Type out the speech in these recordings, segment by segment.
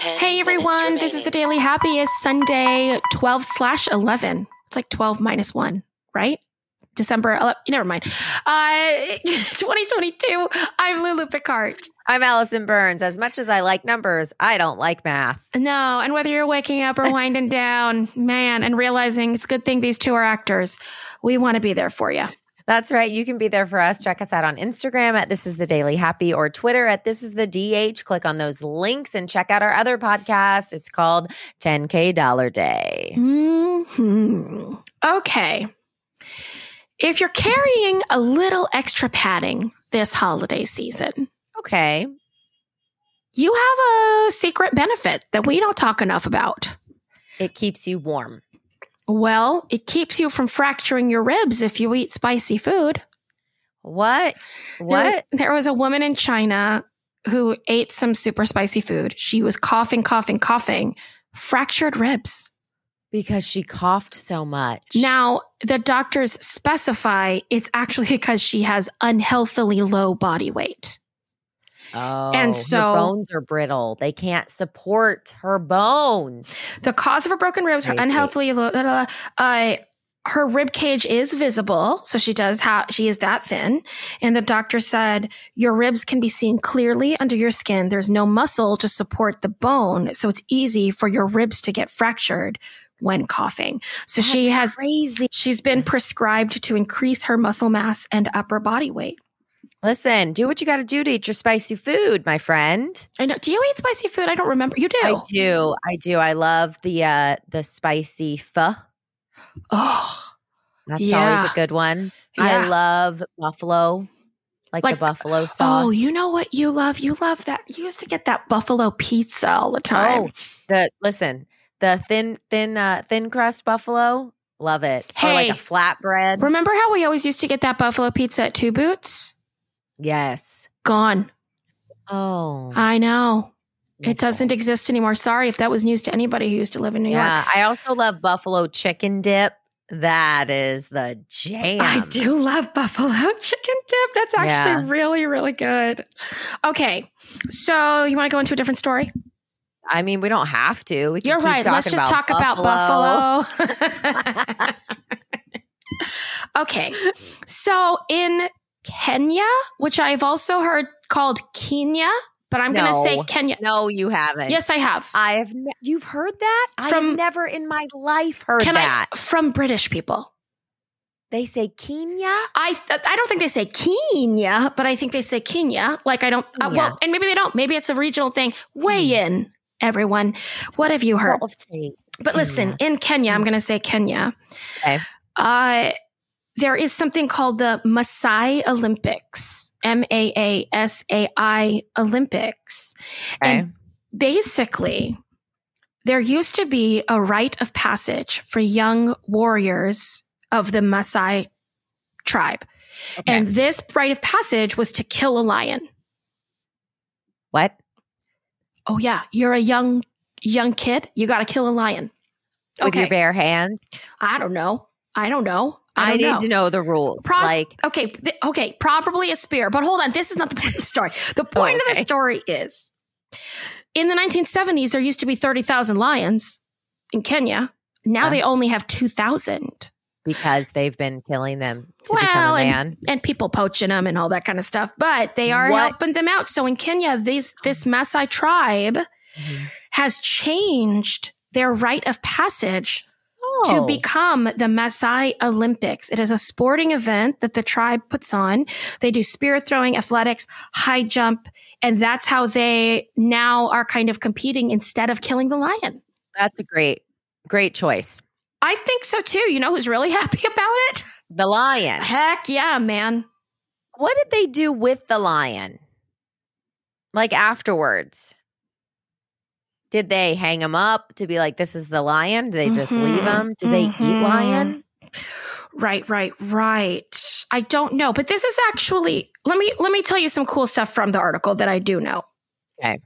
Hey everyone, this is the Daily Happiest Sunday 12 slash 11. It's like 12 minus 1, right? December 11, never mind. Uh, 2022, I'm Lulu Picard. I'm Allison Burns. As much as I like numbers, I don't like math. No, and whether you're waking up or winding down, man, and realizing it's a good thing these two are actors, we want to be there for you. That's right. You can be there for us. Check us out on Instagram at This Is The Daily Happy or Twitter at This Is The DH. Click on those links and check out our other podcast. It's called 10K Dollar Day. hmm Okay. If you're carrying a little extra padding this holiday season, Okay. you have a secret benefit that we don't talk enough about. It keeps you warm. Well, it keeps you from fracturing your ribs if you eat spicy food. What? There- What? There, was a woman in China who ate some super spicy food. She was coughing, coughing, coughing, fractured ribs. Because she coughed so much. Now, the doctors specify it's actually because she has unhealthily low body weight. oh, and so- her bones are brittle. They can't support her bones. The cause of her broken ribs, her Right, right. unhealthily low, da, da, da, uh, her rib cage is visible, so she does have she is that thin. And the doctor said your ribs can be seen clearly under your skin. There's no muscle to support the bone, so it's easy for your ribs to get fractured when coughing. So she That's has crazy. she's been prescribed to increase her muscle mass and upper body weight. Listen, do what you got to do to eat your spicy food, my friend. I know. Do you eat spicy food? I don't remember. You do. I do. I do. I love the uh the spicy pho. Oh, That's always Yeah. a good one. I yeah. love buffalo. Like, the Like- buffalo sauce. Oh, you know what you love? You love that. You used to get that buffalo pizza all the time. Oh, the listen, the thin thin uh thin crust buffalo. Love it. Or like a Hey. flatbread. Remember how we always used to get that buffalo pizza at Two Boots? yes. Gone. Oh. I know. Uh, It okay. doesn't exist anymore. Sorry if that was news to anybody who used to live in New York. Yeah. I also love buffalo chicken dip. That is the jam. I do love buffalo chicken dip. That's actually really, really good. Okay. So you want to go into a different story? I mean, we don't have to. We can You're keep right. Let's talking just about talk about buffalo. okay. So in Kenya, which I've also heard called Kenya, but I'm going to say No. Kenya. no, you haven't. Yes, I have. I've ne- you've heard that? From- I've never in my life heard Can that. I from British people? they say Kenya. I th- I don't think they say Kenya, but I think they say Kenya. Like I don't. Uh, Kenya. well, and maybe they don't. Maybe it's a regional thing. Hmm. Weigh in, everyone. What have you heard? Sort of tea. But listen, in Kenya, I'm going to say Kenya. Mm. Okay. Uh, there is something called the Maasai Olympics, M A A S A I Olympics. Okay. And basically, there used to be a rite of passage for young warriors of the Maasai tribe. Okay. And this rite of passage was to kill a lion. what? Oh, yeah. You're a young, young kid. You got to kill a lion. With your bare hands? I don't know. I don't know. I, I, don't need know. to know the rules. Pro- like Okay, th- okay, probably a spear, but hold on. This is not the point of the story. The point of okay. the story is in the 1970s, there used to be 30,000 lions in Kenya. Now Yeah. they only have 2,000 because they've been killing them to become Well, a and- man. and people poaching them and all that kind of stuff, but they are What? helping them out. So in Kenya, these, this Maasai tribe Mm-hmm. has changed their rite of passage to Oh. become the Maasai Olympics. It is a sporting event that the tribe puts on. They do spear throwing, athletics, high jump, and that's how they now are kind of competing instead of killing the lion. that's a great, great choice. I think so too. You know who's really happy about it? The lion. Heck yeah, man. What did they do with the lion? Like afterwards? Did they hang him up to be like, this is the lion? Do they just leave Mhm. him? Do they eat Mhm. lion? Mm-hmm. Right, right, right. I don't know, but this is actually let me let me tell you some cool stuff from the article that I do know. Okay.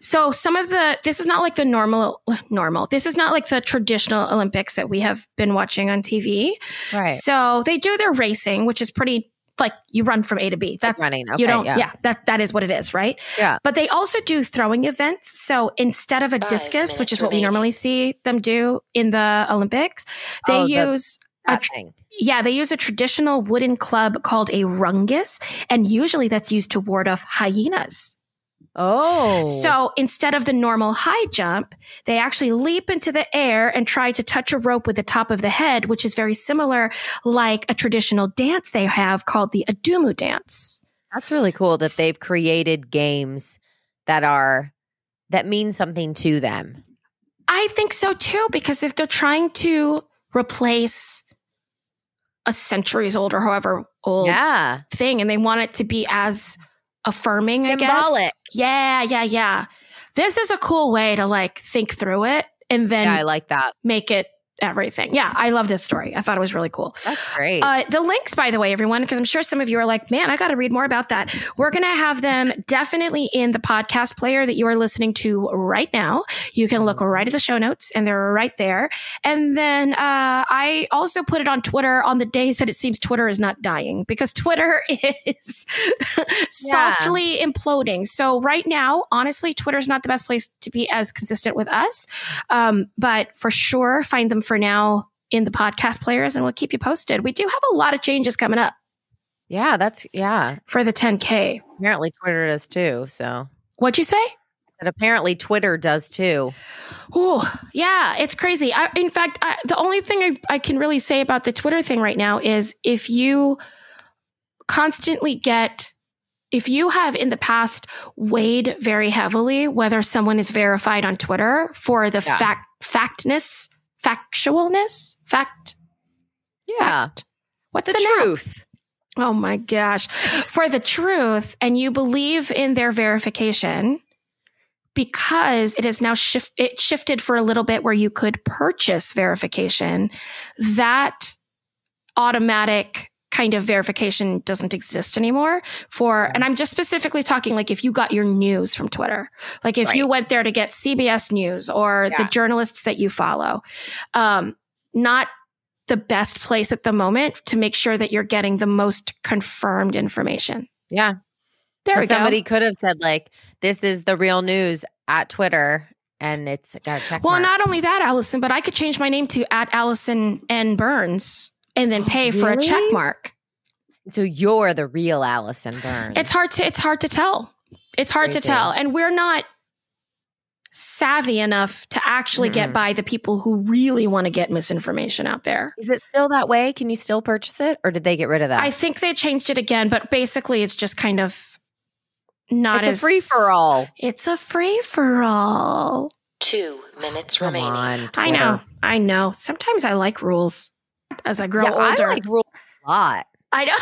So some of the this is not like the normal normal. This is not like the traditional Olympics that we have been watching on TV. Right. So they do their racing, which is pretty like you run from A to B. That's Keep running. Okay, you don't yeah. yeah. that that is what it is right Yeah. but they also do throwing events so instead of a Five discus which minutes is what we remaining. normally see them do in the olympics they Oh, the- use That a tr- thing. yeah they use a traditional wooden club called a rungus and usually that's used to ward off hyenas Oh, so instead of the normal high jump they actually leap into the air and try to touch a rope with the top of the head which is very similar like a traditional dance they have called the adumu dance that's really cool that S- they've created games that are that mean something to them. I think so too, because if they're trying to replace a centuries old or however old Yeah, thing and they want it to be as affirming, I guess. Symbolic. Yeah, yeah, yeah. This is a cool way to like think through it and then yeah, I like that. make it everything. Yeah, I love this story. I thought it was really cool. That's great. Uh, the links, by the way, everyone, because I'm sure some of you are like, man, I got to read more about that. We're going to have them definitely in the podcast player that you are listening to right now. You can look right at the show notes and they're right there. And then uh, I also put it on Twitter on the days that it seems Twitter is not dying because Twitter is softly imploding. So right now, honestly, Twitter is not the best place to be as consistent with us. Um, but for sure, find them for now in the podcast players and we'll keep you posted. We do have a lot of changes coming up yeah, that's yeah. for the 10K. Apparently, Twitter does too. So, What'd you say? and apparently, Twitter does too. Oh, yeah, it's crazy. I, in fact, I, the only thing I, I can really say about the Twitter thing right now is if you constantly get, if you have in the past weighed very heavily whether someone is verified on Twitter for the Yeah. fact, factness, factualness, fact, Yeah, what's the the, noun? truth. Oh my gosh. For the truth, and you believe in their verification because it is now shift it shifted for a little bit where you could purchase verification. That automatic kind of verification doesn't exist anymore for and I'm just specifically talking like if you got your news from Twitter. Like if you Right. went there to get CBS news or the Yeah. journalists that you follow. Um not the best place at the moment to make sure that you're getting the most confirmed information. Yeah, There we Because somebody go. could have said like, "This is the real news" at Twitter, and it's got a check Well, mark. not only that, Allison, but I could change my name to at Allison N Burns and then pay for a Really? check mark. So you're the real Allison Burns. It's hard to it's hard to tell. It's hard to Crazy. tell, and we're not savvy enough to actually get Mm-mm. by the people who really want to get misinformation out there. Is it still that way? Can you still purchase it, or did they get rid of that? I think they changed it again, but basically, it's just kind of not it's a as- free for all. It's a free for all. Two minutes Come remaining. on, I Twitter. know. I know. Sometimes I like rules as I grow yeah, older. I like rules a lot. I know.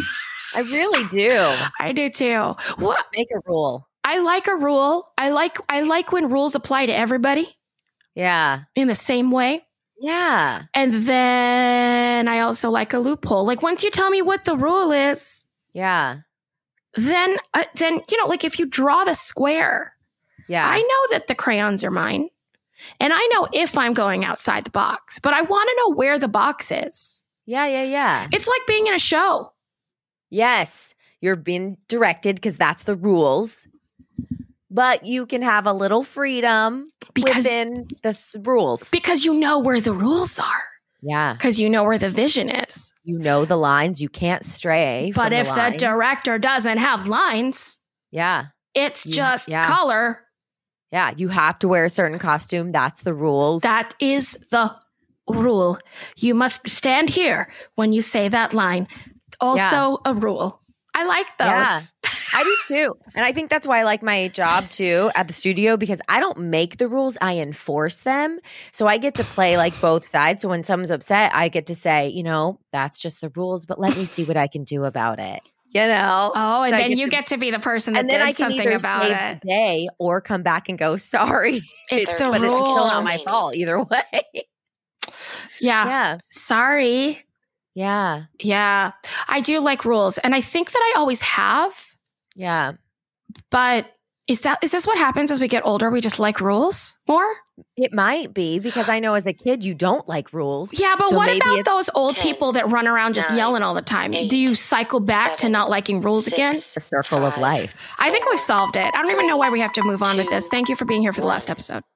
I really do. I do too. What Make a rule. I like a rule. I like I like when rules apply to everybody Yeah, in the same way. yeah. And then I also like a loophole. Like once you tell me what the rule is, Yeah. then uh, then you know like if you draw the square, Yeah. I know that the crayons are mine. And I know if I'm going outside the box, but I want to know where the box is. yeah. Yeah. Yeah. It's like being in a show. Yes. You're being directed because that's the rules. But you can have a little freedom Because within the s- rules. because you know where the rules are yeah. because you know where the vision is You know the lines. You can't stray. but from if the, the, line. director doesn't have lines yeah. it's You- just yeah. color Yeah. You have to wear a certain costume. That's the rules. that is the rule you must stand here when you say that line also a rule i like those Yeah. I do too. And I think that's why I like my job too at the studio because I don't make the rules, I enforce them. So I get to play like both sides. So when someone's upset, I get to say, you know, that's just the rules, but let me see what I can do about it. You know? oh and So I then get you to- get to be the person that and then did I can something either about save it the day or come back and go, sorry. it's the but it's still rule not my fault either way. yeah yeah. sorry Yeah. yeah i do like rules and i think that i always have Yeah. but Is that is this what happens as we get older? We just like rules more? It might be because I know as a kid you don't like rules. Yeah, but So what maybe about it's- those old 10, people that run around just nine, yelling all the time? eight, Do you cycle back to seven, not liking rules again? Six, the circle of five, life? I think we've solved it. I don't even know why we have to move on with three, this. Thank you for being here for the last episode.